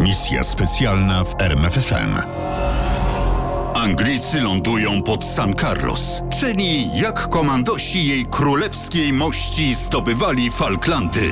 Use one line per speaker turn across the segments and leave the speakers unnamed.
Misja specjalna w RMFFM. Anglicy lądują pod San Carlos, czyli jak komandosi jej królewskiej mości zdobywali Falklandy.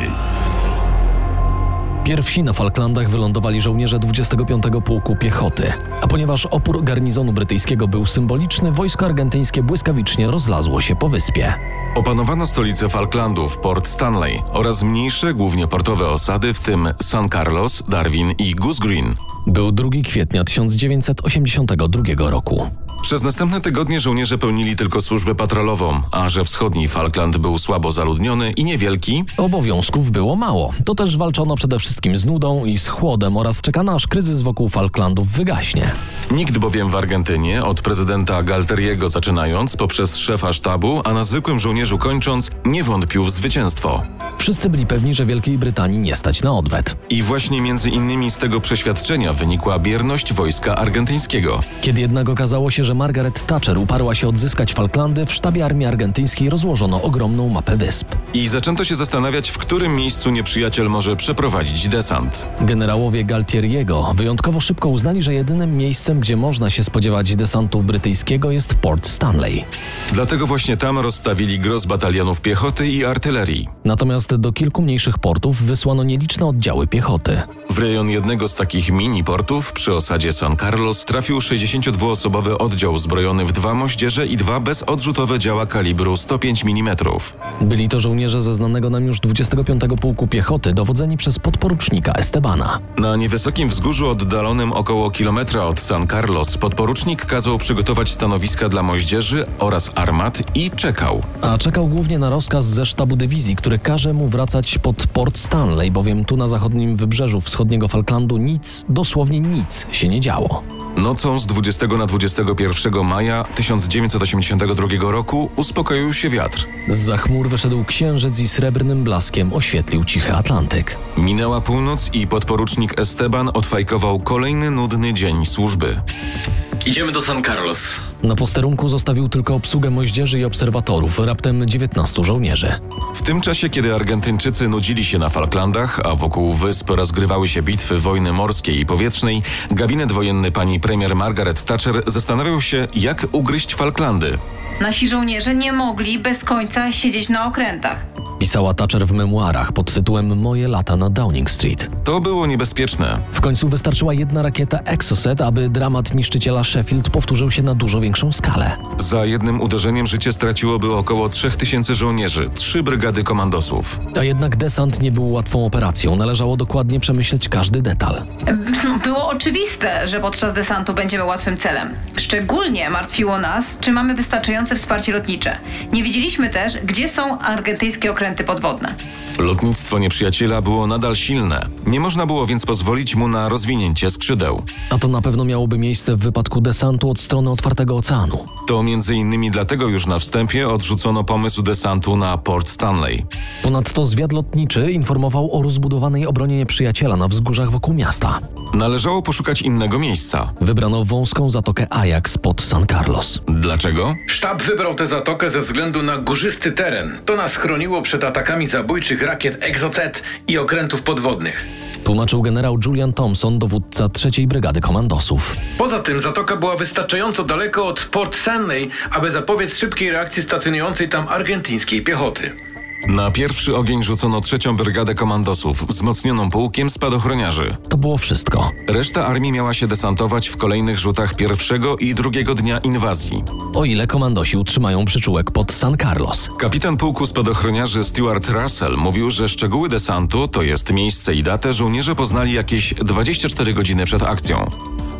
Pierwsi na Falklandach wylądowali żołnierze 25 Pułku Piechoty. A ponieważ opór garnizonu brytyjskiego był symboliczny, wojsko argentyńskie błyskawicznie rozlazło się po wyspie.
Opanowano stolicę Falklandów, Port Stanley oraz mniejsze, głównie portowe osady, w tym San Carlos, Darwin i Goose Green.
Był 2 kwietnia 1982 roku.
Przez następne tygodnie żołnierze pełnili tylko służbę patrolową, a że wschodni Falkland był słabo zaludniony i niewielki,
Obowiązków było mało. To też walczono przede wszystkim z nudą i z chłodem oraz czekano aż kryzys wokół Falklandów wygaśnie.
nikt bowiem w Argentynie, od prezydenta Galteriego zaczynając, poprzez szefa sztabu, a na zwykłym żołnierzu kończąc, nie wątpił w zwycięstwo.
Wszyscy byli pewni, że Wielkiej Brytanii nie stać na odwet.
I właśnie między innymi z tego przeświadczenia wynikła bierność wojska argentyńskiego.
Kiedy jednak okazało się, że Margaret Thatcher uparła się odzyskać Falklandy, w sztabie armii argentyńskiej rozłożono ogromną mapę wysp.
I zaczęto się zastanawiać, w którym miejscu nieprzyjaciel może przeprowadzić desant.
Generałowie Galtieriego wyjątkowo szybko uznali, że jedynym miejscem, gdzie można się spodziewać desantu brytyjskiego jest Port Stanley.
Dlatego właśnie tam rozstawili gros batalionów piechoty i artylerii.
Natomiast do kilku mniejszych portów wysłano nieliczne oddziały piechoty.
W rejon jednego z takich mini portów przy osadzie San Carlos trafił 62-osobowy oddział zbrojony w dwa moździerze i dwa bezodrzutowe działa kalibru 105 mm.
Byli to żołnierze ze znanego nam już 25 Pułku Piechoty, dowodzeni przez podporucznika Estebana.
Na niewysokim wzgórzu oddalonym około kilometra od San Carlos podporucznik kazał przygotować stanowiska dla moździerzy oraz armat i czekał.
A czekał głównie na rozkaz ze sztabu dywizji, który każe mu wracać pod Port Stanley, bowiem tu na zachodnim wybrzeżu wschodniego Falklandu nic, dosłownie nic się nie działo.
Nocą z 20 na 21 maja 1982 roku uspokoił się wiatr.
Z za chmur wyszedł księżyc i srebrnym blaskiem oświetlił cichy Atlantyk.
Minęła północ i podporucznik Esteban odfajkował kolejny nudny dzień służby.
Idziemy do San Carlos.
Na posterunku zostawił tylko obsługę moździerzy i obserwatorów, raptem 19 żołnierzy.
W tym czasie, kiedy Argentyńczycy nudzili się na Falklandach, a wokół wysp rozgrywały się bitwy wojny morskiej i powietrznej, gabinet wojenny pani premier Margaret Thatcher zastanawiał się, jak ugryźć Falklandy.
Nasi żołnierze nie mogli bez końca siedzieć na okrętach.
Pisała Thatcher w memuarach pod tytułem Moje lata na Downing Street.
To było niebezpieczne.
W końcu wystarczyła jedna rakieta Exocet, aby dramat niszczyciela Sheffield powtórzył się na dużo większą skalę.
Za jednym uderzeniem życie straciłoby około 3000 żołnierzy, trzy brygady komandosów.
A jednak desant nie był łatwą operacją, należało dokładnie przemyśleć każdy detal.
Było oczywiste, że podczas desantu będziemy łatwym celem. Szczególnie martwiło nas, czy mamy wystarczające wsparcie lotnicze. Nie wiedzieliśmy też, gdzie są argentyńskie okręty podwodne.
Lotnictwo nieprzyjaciela było nadal silne. Nie można było więc pozwolić mu na rozwinięcie skrzydeł.
A to na pewno miałoby miejsce w wypadku desantu od strony otwartego oceanu.
To między innymi dlatego już na wstępie odrzucono pomysł desantu na Port Stanley.
Ponadto zwiad lotniczy informował o rozbudowanej obronie nieprzyjaciela na wzgórzach wokół miasta.
Należało poszukać innego miejsca.
Wybrano wąską zatokę Ajax pod San Carlos.
Dlaczego?
Sztab wybrał tę zatokę ze względu na górzysty teren. To nas chroniło przed atakami zabójczych rakiet Exocet i okrętów podwodnych.
Tłumaczył generał Julian Thompson, dowódca III Brygady Komandosów.
Poza tym zatoka była wystarczająco daleko od Port Stanley, aby zapobiec szybkiej reakcji stacjonującej tam argentyńskiej piechoty.
Na pierwszy ogień rzucono trzecią brygadę komandosów, wzmocnioną pułkiem spadochroniarzy.
To było wszystko.
Reszta armii miała się desantować w kolejnych rzutach pierwszego i drugiego dnia inwazji.
O ile komandosi utrzymają przyczółek pod San Carlos.
Kapitan pułku spadochroniarzy Stuart Russell mówił, że szczegóły desantu, to jest miejsce i datę, żołnierze poznali jakieś 24 godziny przed akcją.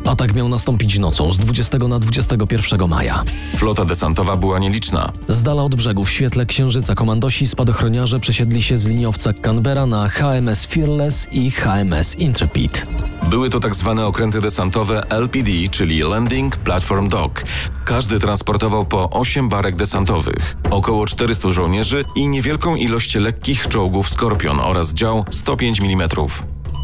Atak miał nastąpić nocą z 20 na 21 maja.
Flota desantowa była nieliczna.
Z dala od brzegu w świetle księżyca komandosi spadochroniarze przesiedli się z liniowca Canberra na HMS Fearless i HMS Intrepid.
Były to tak zwane okręty desantowe LPD, czyli Landing Platform Dock. Każdy transportował po 8 barek desantowych, około 400 żołnierzy i niewielką ilość lekkich czołgów Skorpion oraz dział 105 mm.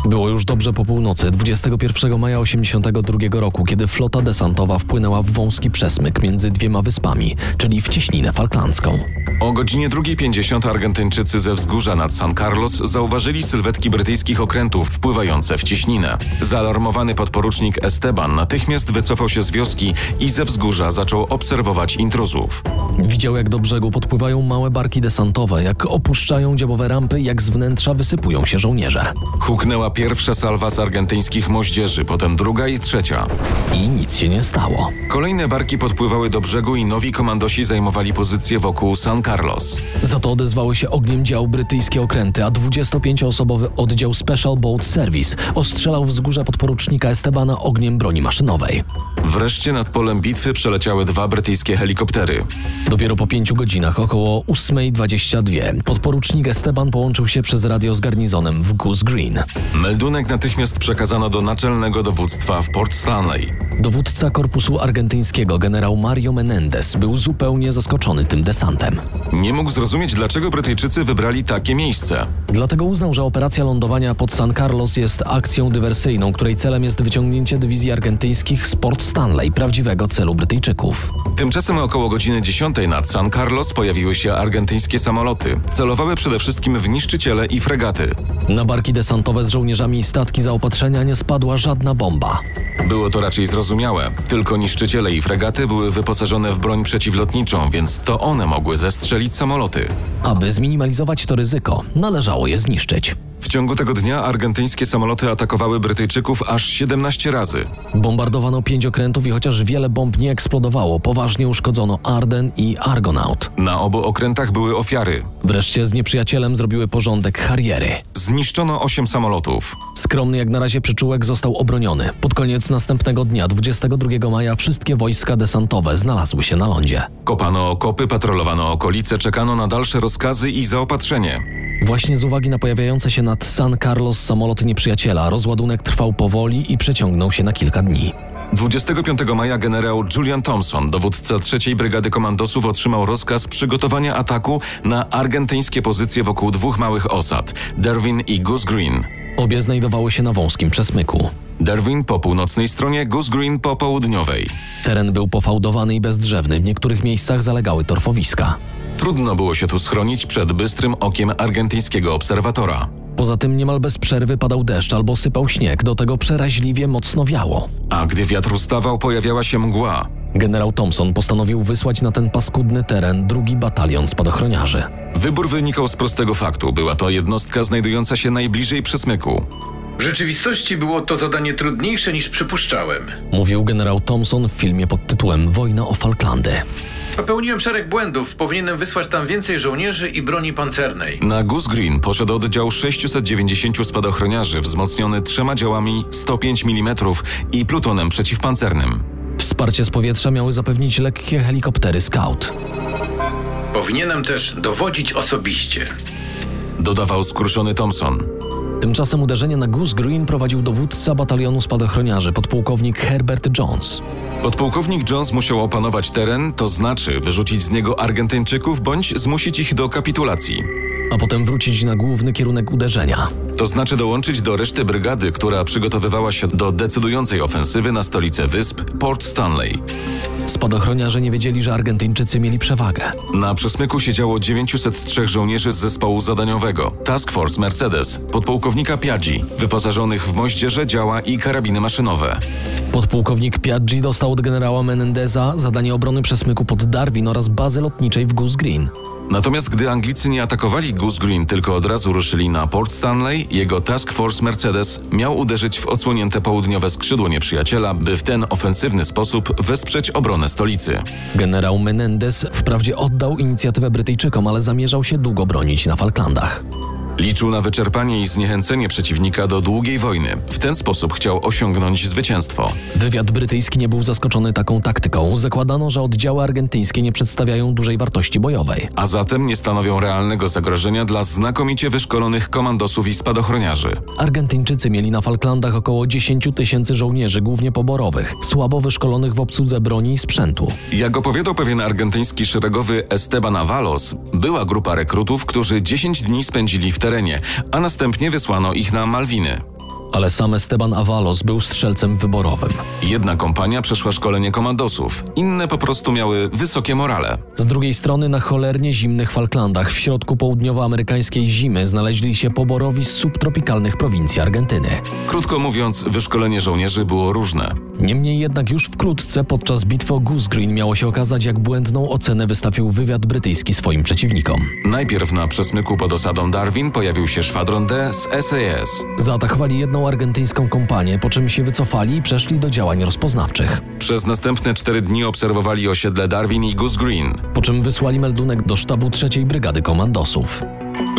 Było już dobrze po północy, 21 maja 1982 roku, kiedy flota desantowa wpłynęła w wąski przesmyk między dwiema wyspami, czyli w cieśninę falklandzką.
O godzinie 2.50 Argentyńczycy ze wzgórza nad San Carlos zauważyli sylwetki brytyjskich okrętów wpływające w ciśninę. Zaalarmowany podporucznik Esteban natychmiast wycofał się z wioski i ze wzgórza zaczął obserwować intruzów.
Widział, jak do brzegu podpływają małe barki desantowe, jak opuszczają dziobowe rampy, jak z wnętrza wysypują się żołnierze.
Huknęła pierwsza salwa z argentyńskich moździerzy, potem druga i trzecia.
I nic się nie stało.
Kolejne barki podpływały do brzegu i nowi komandosi zajmowali pozycje wokół San Carlos.
Za to odezwały się ogniem dział brytyjskie okręty, a 25-osobowy oddział Special Boat Service ostrzelał wzgórze podporucznika Estebana ogniem broni maszynowej.
Wreszcie nad polem bitwy przeleciały dwa brytyjskie helikoptery.
Dopiero po pięciu godzinach, około 8.22, podporucznik Esteban połączył się przez radio z garnizonem w Goose Green.
Meldunek natychmiast przekazano do naczelnego dowództwa w Port Stanley.
Dowódca korpusu argentyńskiego, generał Mario Menendez, był zupełnie zaskoczony tym desantem.
Nie mógł zrozumieć, dlaczego Brytyjczycy wybrali takie miejsce.
Dlatego uznał, że operacja lądowania pod San Carlos jest akcją dywersyjną, której celem jest wyciągnięcie dywizji argentyńskich z Port Stanley, prawdziwego celu Brytyjczyków.
Tymczasem około godziny 10 nad San Carlos pojawiły się argentyńskie samoloty. Celowały przede wszystkim w niszczyciele i fregaty.
Na barki desantowe z żołnierzami i statki zaopatrzenia nie spadła żadna bomba.
Było to raczej zrozumiałe. Tylko niszczyciele i fregaty były wyposażone w broń przeciwlotniczą, więc to one mogły zestrzelić samoloty.
Aby zminimalizować to ryzyko, należało je zniszczyć.
W ciągu tego dnia argentyńskie samoloty atakowały Brytyjczyków aż 17 razy.
Bombardowano pięć okrętów i chociaż wiele bomb nie eksplodowało, poważnie uszkodzono Arden i Argonaut.
Na obu okrętach były ofiary.
Wreszcie z nieprzyjacielem zrobiły porządek Harriery.
Zniszczono 8 samolotów.
Skromny jak na razie przyczółek został obroniony. Pod koniec następnego dnia, 22 maja, wszystkie wojska desantowe znalazły się na lądzie.
Kopano okopy, patrolowano okolice, czekano na dalsze rozkazy i zaopatrzenie.
Właśnie z uwagi na pojawiające się nad San Carlos samoloty nieprzyjaciela, rozładunek trwał powoli i przeciągnął się na kilka dni.
25 maja generał Julian Thompson, dowódca III Brygady Komandosów, otrzymał rozkaz przygotowania ataku na argentyńskie pozycje wokół dwóch małych osad Derwin i Goose Green.
Obie znajdowały się na wąskim przesmyku.
Derwin po północnej stronie, Goose Green po południowej.
Teren był pofałdowany i bezdrzewny, w niektórych miejscach zalegały torfowiska.
Trudno było się tu schronić przed bystrym okiem argentyńskiego obserwatora.
Poza tym niemal bez przerwy padał deszcz albo sypał śnieg, do tego przeraźliwie mocno wiało.
A gdy wiatr ustawał, pojawiała się mgła.
Generał Thompson postanowił wysłać na ten paskudny teren drugi batalion spadochroniarzy.
Wybór wynikał z prostego faktu. Była to jednostka znajdująca się najbliżej przesmyku.
W rzeczywistości było to zadanie trudniejsze niż przypuszczałem.
Mówił generał Thompson w filmie pod tytułem Wojna o Falklandy.
Popełniłem szereg błędów, powinienem wysłać tam więcej żołnierzy i broni pancernej.
Na Goose Green poszedł oddział 690 spadochroniarzy, wzmocniony trzema działami 105 mm i plutonem przeciwpancernym.
Wsparcie z powietrza miały zapewnić lekkie helikoptery Scout.
Powinienem też dowodzić osobiście.
Dodawał skurczony Thompson.
Tymczasem uderzenie na Goose Green prowadził dowódca batalionu spadochroniarzy, podpułkownik Herbert Jones.
Podpułkownik Jones musiał opanować teren, to znaczy wyrzucić z niego Argentyńczyków bądź zmusić ich do kapitulacji.
A potem wrócić na główny kierunek uderzenia.
To znaczy dołączyć do reszty brygady, która przygotowywała się do decydującej ofensywy na stolicę wysp Port Stanley.
Spadochroniarze nie wiedzieli, że Argentyńczycy mieli przewagę.
Na przesmyku siedziało 903 żołnierzy z zespołu zadaniowego Task Force Mercedes, podpułkownika Piaggi, wyposażonych w moździerze, działa i karabiny maszynowe.
Podpułkownik Piaggi dostał od generała Menendeza zadanie obrony przesmyku pod Darwin oraz bazy lotniczej w Goose Green.
Natomiast gdy Anglicy nie atakowali Goose Green, tylko od razu ruszyli na Port Stanley, jego Task Force Mercedes miał uderzyć w odsłonięte południowe skrzydło nieprzyjaciela, by w ten ofensywny sposób wesprzeć obronę stolicy.
Generał Menendez wprawdzie oddał inicjatywę Brytyjczykom, ale zamierzał się długo bronić na Falklandach.
Liczył na wyczerpanie i zniechęcenie przeciwnika do długiej wojny. W ten sposób chciał osiągnąć zwycięstwo.
Wywiad brytyjski nie był zaskoczony taką taktyką. Zakładano, że oddziały argentyńskie nie przedstawiają dużej wartości bojowej.
a zatem nie stanowią realnego zagrożenia dla znakomicie wyszkolonych komandosów i spadochroniarzy.
Argentyńczycy mieli na Falklandach około 10 tysięcy żołnierzy, głównie poborowych, słabo wyszkolonych w obsłudze broni i sprzętu.
Jak opowiadał pewien argentyński szeregowy Esteban Avalos, była grupa rekrutów, którzy 10 dni spędzili w terenie, a następnie wysłano ich na Malwiny.
ale sam Esteban Avalos był strzelcem wyborowym.
Jedna kompania przeszła szkolenie komandosów, inne po prostu miały wysokie morale.
Z drugiej strony na cholernie zimnych Falklandach w środku południowoamerykańskiej zimy znaleźli się poborowi z subtropikalnych prowincji Argentyny.
Krótko mówiąc, wyszkolenie żołnierzy było różne.
Niemniej jednak już wkrótce podczas bitwy o Goose Green miało się okazać, jak błędną ocenę wystawił wywiad brytyjski swoim przeciwnikom.
Najpierw na przesmyku pod osadą Darwin pojawił się szwadron D z SAS.
Zaatakowali jedną argentyńską kompanię, po czym się wycofali i przeszli do działań rozpoznawczych.
Przez następne cztery dni obserwowali osiedle Darwin i Goose Green.
Po czym wysłali meldunek do sztabu III Brygady Komandosów.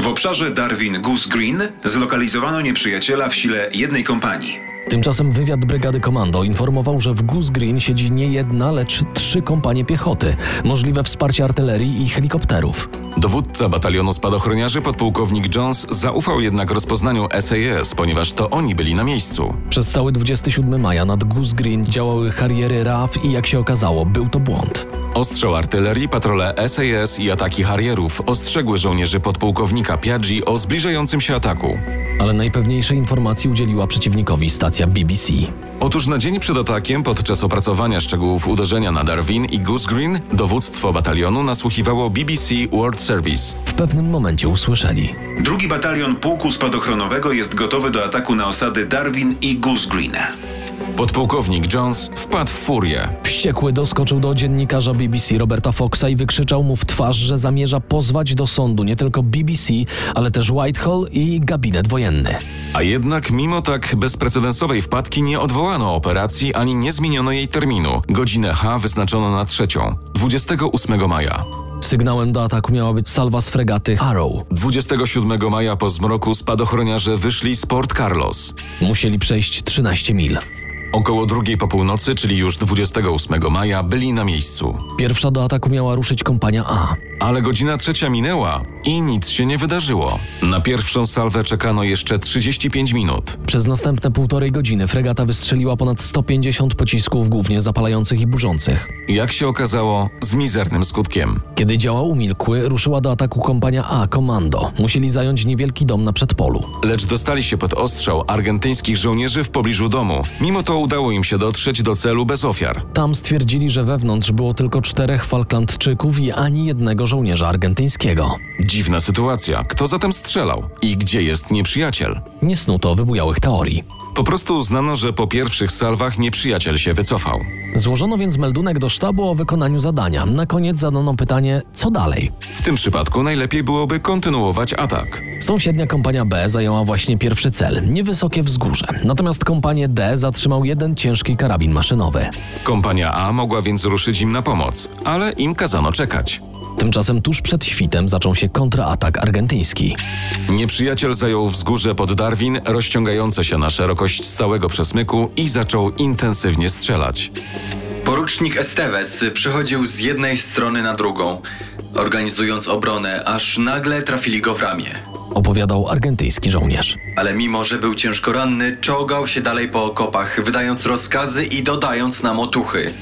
W obszarze Darwin Goose Green zlokalizowano nieprzyjaciela w sile jednej kompanii.
Tymczasem wywiad Brygady Komando informował, że w Goose Green siedzi nie jedna, lecz trzy kompanie piechoty, możliwe wsparcie artylerii i helikopterów.
Dowódca batalionu spadochroniarzy podpułkownik Jones zaufał jednak rozpoznaniu SAS, ponieważ to oni byli na miejscu.
Przez cały 27 maja nad Goose Green działały harriery RAF i jak się okazało, był to błąd.
Ostrzał artylerii, patrole SAS i ataki harrierów ostrzegły żołnierzy podpułkownika Piaggi o zbliżającym się ataku.
Ale najpewniejszej informacji udzieliła przeciwnikowi stacja BBC.
Otóż na dzień przed atakiem, podczas opracowania szczegółów uderzenia na Darwin i Goose Green, dowództwo batalionu nasłuchiwało BBC World Service.
W pewnym momencie usłyszeli.
Drugi batalion pułku spadochronowego jest gotowy do ataku na osady Darwin i Goose Green.
Podpułkownik Jones wpadł w furię.
Wściekły doskoczył do dziennikarza BBC Roberta Foxa i wykrzyczał mu w twarz, że zamierza pozwać do sądu nie tylko BBC, ale też Whitehall i gabinet wojenny.
A jednak mimo tak bezprecedensowej wpadki nie odwołano operacji ani nie zmieniono jej terminu. Godzinę H wyznaczono na trzecią, 28 maja.
Sygnałem do ataku miała być salwa z fregaty Arrow.
27 maja po zmroku spadochroniarze wyszli z Port Carlos.
Musieli przejść 13 mil.
Około drugiej po północy, czyli już 28 maja, byli na miejscu.
Pierwsza do ataku miała ruszyć kompania A.
Ale godzina trzecia minęła i nic się nie wydarzyło. Na pierwszą salwę czekano jeszcze 35 minut.
Przez następne półtorej godziny fregata wystrzeliła ponad 150 pocisków, głównie zapalających i burzących.
Jak się okazało, z mizernym skutkiem.
Kiedy działa umilkły, ruszyła do ataku kompania A komando. Musieli zająć niewielki dom na przedpolu.
Lecz dostali się pod ostrzał argentyńskich żołnierzy w pobliżu domu. Mimo to udało im się dotrzeć do celu bez ofiar.
Tam stwierdzili, że wewnątrz było tylko czterech Falklandczyków i ani jednego żołnierza argentyńskiego.
Dziwna sytuacja. Kto zatem strzelał? I gdzie jest nieprzyjaciel?
Nie snuto wybujałych teorii.
Po prostu uznano, że po pierwszych salwach nieprzyjaciel się wycofał.
Złożono więc meldunek do sztabu o wykonaniu zadania. Na koniec zadano pytanie, co dalej?
W tym przypadku najlepiej byłoby kontynuować atak.
Sąsiednia kompania B zajęła właśnie pierwszy cel, niewysokie wzgórze. Natomiast kompanię D zatrzymał jeden ciężki karabin maszynowy.
Kompania A mogła więc ruszyć im na pomoc, ale im kazano czekać.
Tymczasem tuż przed świtem zaczął się kontratak argentyński.
Nieprzyjaciel zajął wzgórze pod Darwin, rozciągające się na szerokość całego przesmyku i zaczął intensywnie strzelać.
Porucznik Esteves przechodził z jednej strony na drugą, organizując obronę, aż nagle trafili go w ramię.
Opowiadał argentyński żołnierz.
Ale mimo, że był ciężko ranny, czołgał się dalej po okopach, wydając rozkazy i dodając nam otuchy.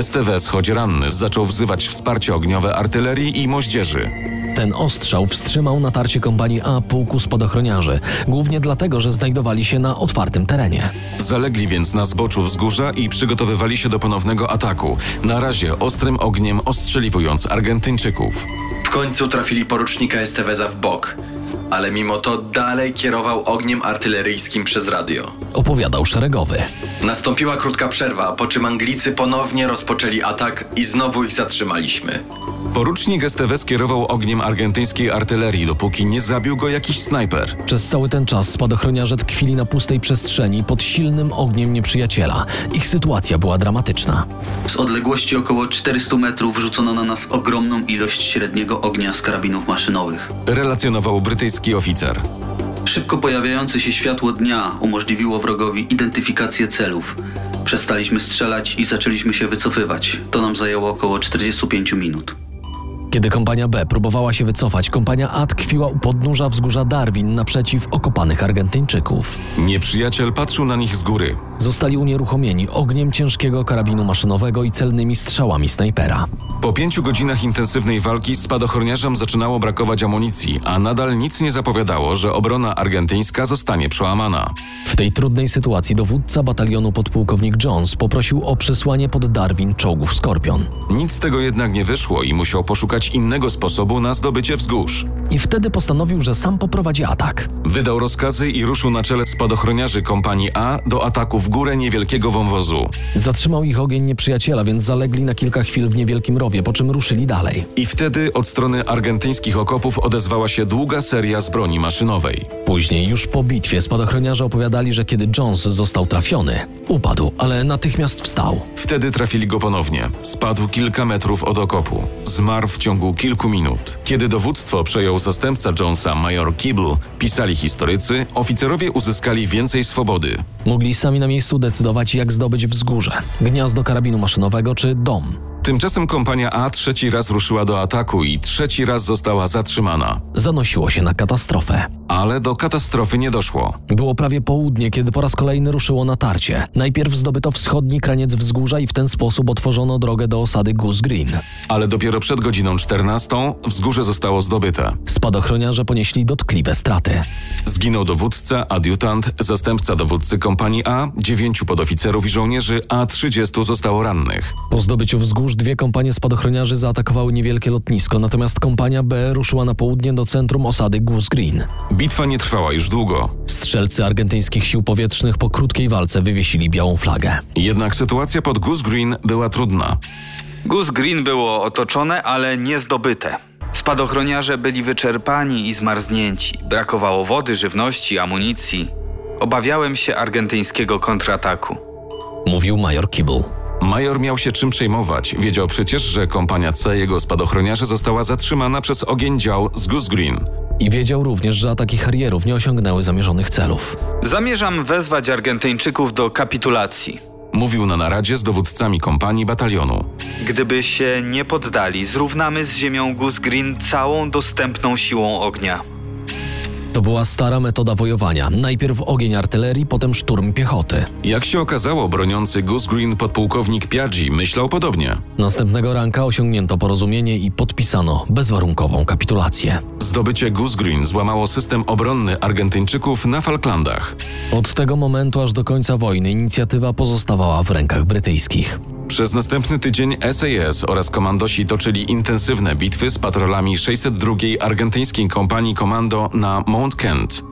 STWS, choć ranny, zaczął wzywać wsparcie ogniowe artylerii i moździerzy.
Ten ostrzał wstrzymał natarcie kompanii A pułku spadochroniarzy, głównie dlatego, że znajdowali się na otwartym terenie.
Zalegli więc na zboczu wzgórza i przygotowywali się do ponownego ataku, na razie ostrym ogniem ostrzeliwując Argentyńczyków.
W końcu trafili porucznika Esteveza w bok, ale mimo to dalej kierował ogniem artyleryjskim przez radio.
Opowiadał szeregowy.
Nastąpiła krótka przerwa, po czym Anglicy ponownie rozpoczęli atak i znowu ich zatrzymaliśmy.
Porucznik STW skierował ogniem argentyńskiej artylerii, dopóki nie zabił go jakiś snajper.
Przez cały ten czas spadochroniarze tkwili na pustej przestrzeni pod silnym ogniem nieprzyjaciela. Ich sytuacja była dramatyczna.
Z odległości około 400 metrów rzucono na nas ogromną ilość średniego ognia z karabinów maszynowych.
Relacjonował brytyjski oficer.
Szybko pojawiające się światło dnia umożliwiło wrogowi identyfikację celów. Przestaliśmy strzelać i zaczęliśmy się wycofywać. To nam zajęło około 45 minut.
Kiedy kompania B próbowała się wycofać, kompania A tkwiła u podnóża wzgórza Darwin naprzeciw okopanych Argentyńczyków.
Nieprzyjaciel patrzył na nich z góry.
Zostali unieruchomieni ogniem ciężkiego karabinu maszynowego i celnymi strzałami snajpera.
Po pięciu godzinach intensywnej walki spadochroniarzom zaczynało brakować amunicji, a nadal nic nie zapowiadało, że obrona argentyńska zostanie przełamana.
W tej trudnej sytuacji dowódca batalionu podpułkownik Jones poprosił o przysłanie pod Darwin czołgów Skorpion.
Nic z tego jednak nie wyszło i musiał poszukać innego sposobu na zdobycie wzgórz.
I wtedy postanowił, że sam poprowadzi atak.
Wydał rozkazy i ruszył na czele spadochroniarzy kompanii A do ataku w górę niewielkiego wąwozu.
Zatrzymał ich ogień nieprzyjaciela, więc zalegli na kilka chwil w niewielkim rowie, po czym ruszyli dalej.
I wtedy od strony argentyńskich okopów odezwała się długa seria z broni maszynowej.
Później, już po bitwie, spadochroniarze opowiadali, że kiedy Jones został trafiony, upadł, ale natychmiast wstał.
Wtedy trafili go ponownie. Spadł kilka metrów od okopu. Zmarł w ciągu kilku minut. Kiedy dowództwo przejął zastępca Jonesa, major Kibble, pisali historycy, oficerowie uzyskali więcej swobody.
Mogli sami na miejscu decydować, jak zdobyć wzgórze, gniazdo karabinu maszynowego czy dom.
Tymczasem kompania A trzeci raz ruszyła do ataku i trzeci raz została zatrzymana.
Zanosiło się na katastrofę.
Ale do katastrofy nie doszło.
Było prawie południe, kiedy po raz kolejny ruszyło natarcie. Najpierw zdobyto wschodni kraniec wzgórza i w ten sposób otworzono drogę do osady Goose Green.
Ale dopiero przed godziną 14 wzgórze zostało zdobyte.
Spadochroniarze ponieśli dotkliwe straty.
Zginął dowódca, adiutant, zastępca dowódcy kompanii A, dziewięciu podoficerów i żołnierzy, a 30 zostało rannych.
Po zdobyciu wzgórz dwie kompanie spadochroniarzy zaatakowały niewielkie lotnisko, natomiast kompania B ruszyła na południe do centrum osady Goose Green.
Bitwa nie trwała już długo.
Strzelcy argentyńskich sił powietrznych po krótkiej walce wywiesili białą flagę.
Jednak sytuacja pod Goose Green była trudna.
Goose Green było otoczone, ale nie zdobyte. Spadochroniarze byli wyczerpani i zmarznięci. Brakowało wody, żywności, amunicji. Obawiałem się argentyńskiego kontrataku.
Mówił major Kibble.
Major miał się czym przejmować. Wiedział przecież, że kompania C jego spadochroniarzy została zatrzymana przez ogień dział z Goose Green.
I wiedział również, że ataki harrierów nie osiągnęły zamierzonych celów.
Zamierzam wezwać Argentyńczyków do kapitulacji.
Mówił na naradzie z dowódcami kompanii batalionu.
Gdyby się nie poddali, zrównamy z ziemią Goose Green całą dostępną siłą ognia.
To była stara metoda wojowania. Najpierw ogień artylerii, potem szturm piechoty.
Jak się okazało, broniący Goose Green podpułkownik Piaggi myślał podobnie.
Następnego ranka osiągnięto porozumienie i podpisano bezwarunkową kapitulację.
Zdobycie Goose Green złamało system obronny Argentyńczyków na Falklandach.
Od tego momentu aż do końca wojny inicjatywa pozostawała w rękach brytyjskich.
Przez następny tydzień SAS oraz komandosi toczyli intensywne bitwy z patrolami 602 argentyńskiej kompanii komando na Mount Kent.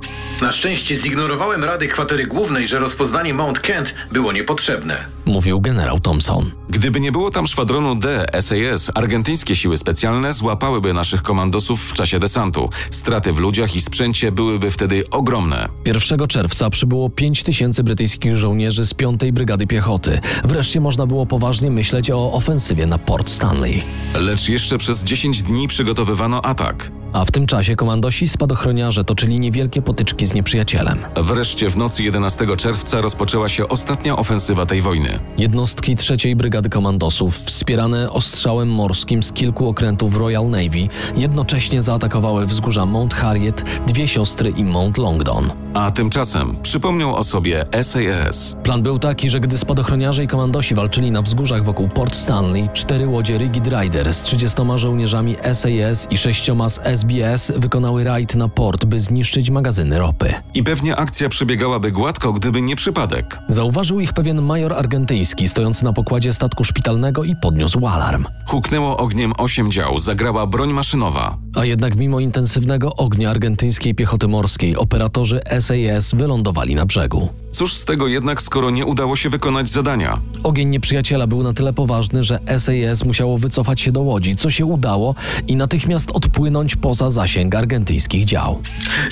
Na szczęście zignorowałem rady kwatery głównej, że rozpoznanie Mount Kent było niepotrzebne.
Mówił generał Thompson.
Gdyby nie było tam szwadronu D SAS, argentyńskie siły specjalne złapałyby naszych komandosów w czasie desantu. Straty w ludziach i sprzęcie byłyby wtedy ogromne.
1 czerwca przybyło 5 tysięcy brytyjskich żołnierzy z 5 Brygady Piechoty. Wreszcie można było poważnie myśleć o ofensywie na Port Stanley.
Lecz jeszcze przez 10 dni przygotowywano atak.
A w tym czasie komandosi i spadochroniarze toczyli niewielkie potyczki z nieprzyjacielem.
Wreszcie w nocy 11 czerwca rozpoczęła się ostatnia ofensywa tej wojny.
Jednostki III Brygady Komandosów, wspierane ostrzałem morskim z kilku okrętów Royal Navy, jednocześnie zaatakowały wzgórza Mount Harriet, Dwie Siostry i Mount Longdon.
A tymczasem przypomniał o sobie SAS.
Plan był taki, że gdy spadochroniarze i komandosi walczyli na wzgórzach wokół Port Stanley, cztery łodzie Rigid Rider z 30 żołnierzami SAS i sześcioma z SBS wykonały rajd na port, by zniszczyć magazyny ropy.
I pewnie akcja przebiegałaby gładko, gdyby nie przypadek.
Zauważył ich pewien major argentyński stojący na pokładzie statku szpitalnego i podniósł alarm.
Huknęło ogniem 8 dział, zagrała broń maszynowa.
A jednak mimo intensywnego ognia argentyńskiej piechoty morskiej operatorzy SAS wylądowali na brzegu.
Cóż z tego jednak, skoro nie udało się wykonać zadania?
Ogień nieprzyjaciela był na tyle poważny, że SAS musiało wycofać się do łodzi, co się udało i natychmiast odpłynąć poza zasięg argentyńskich dział.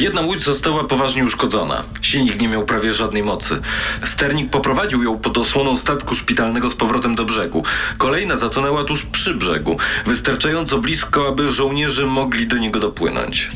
Jedna łódź została poważnie uszkodzona. Silnik nie miał prawie żadnej mocy. Sternik poprowadził ją pod osłoną statku szpitalnego z powrotem do brzegu. Kolejna zatonęła tuż przy brzegu, wystarczająco blisko, aby żołnierze mogli do niego dopłynąć.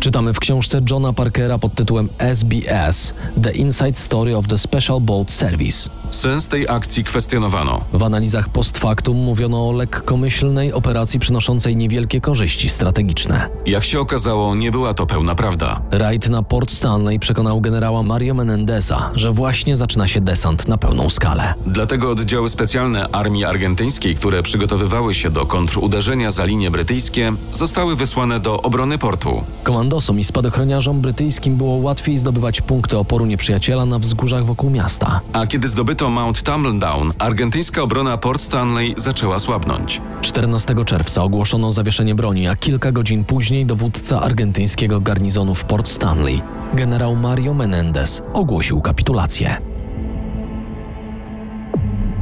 Czytamy w książce Johna Parkera pod tytułem SBS – The Inside Story of the Special Boat Service.
Sens tej akcji kwestionowano.
W analizach post factum mówiono o lekkomyślnej operacji przynoszącej niewielkie korzyści strategiczne.
Jak się okazało, nie była to pełna prawda.
Rajd na Port Stanley przekonał generała Mario Menendeza, że właśnie zaczyna się desant na pełną skalę.
Dlatego oddziały specjalne armii argentyńskiej, które przygotowywały się do kontruderzenia za linie brytyjskie, zostały wysłane do obrony portu.
komandosom i spadochroniarzom brytyjskim było łatwiej zdobywać punkty oporu nieprzyjaciela na wzgórzach wokół miasta.
A kiedy zdobyto Mount Tumbledown, argentyńska obrona Port Stanley zaczęła słabnąć.
14 czerwca ogłoszono zawieszenie broni, a kilka godzin później dowódca argentyńskiego garnizonu w Port Stanley, generał Mario Menendez, ogłosił kapitulację.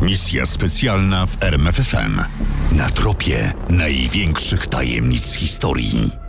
Misja specjalna w RMFFM. Na tropie największych tajemnic historii.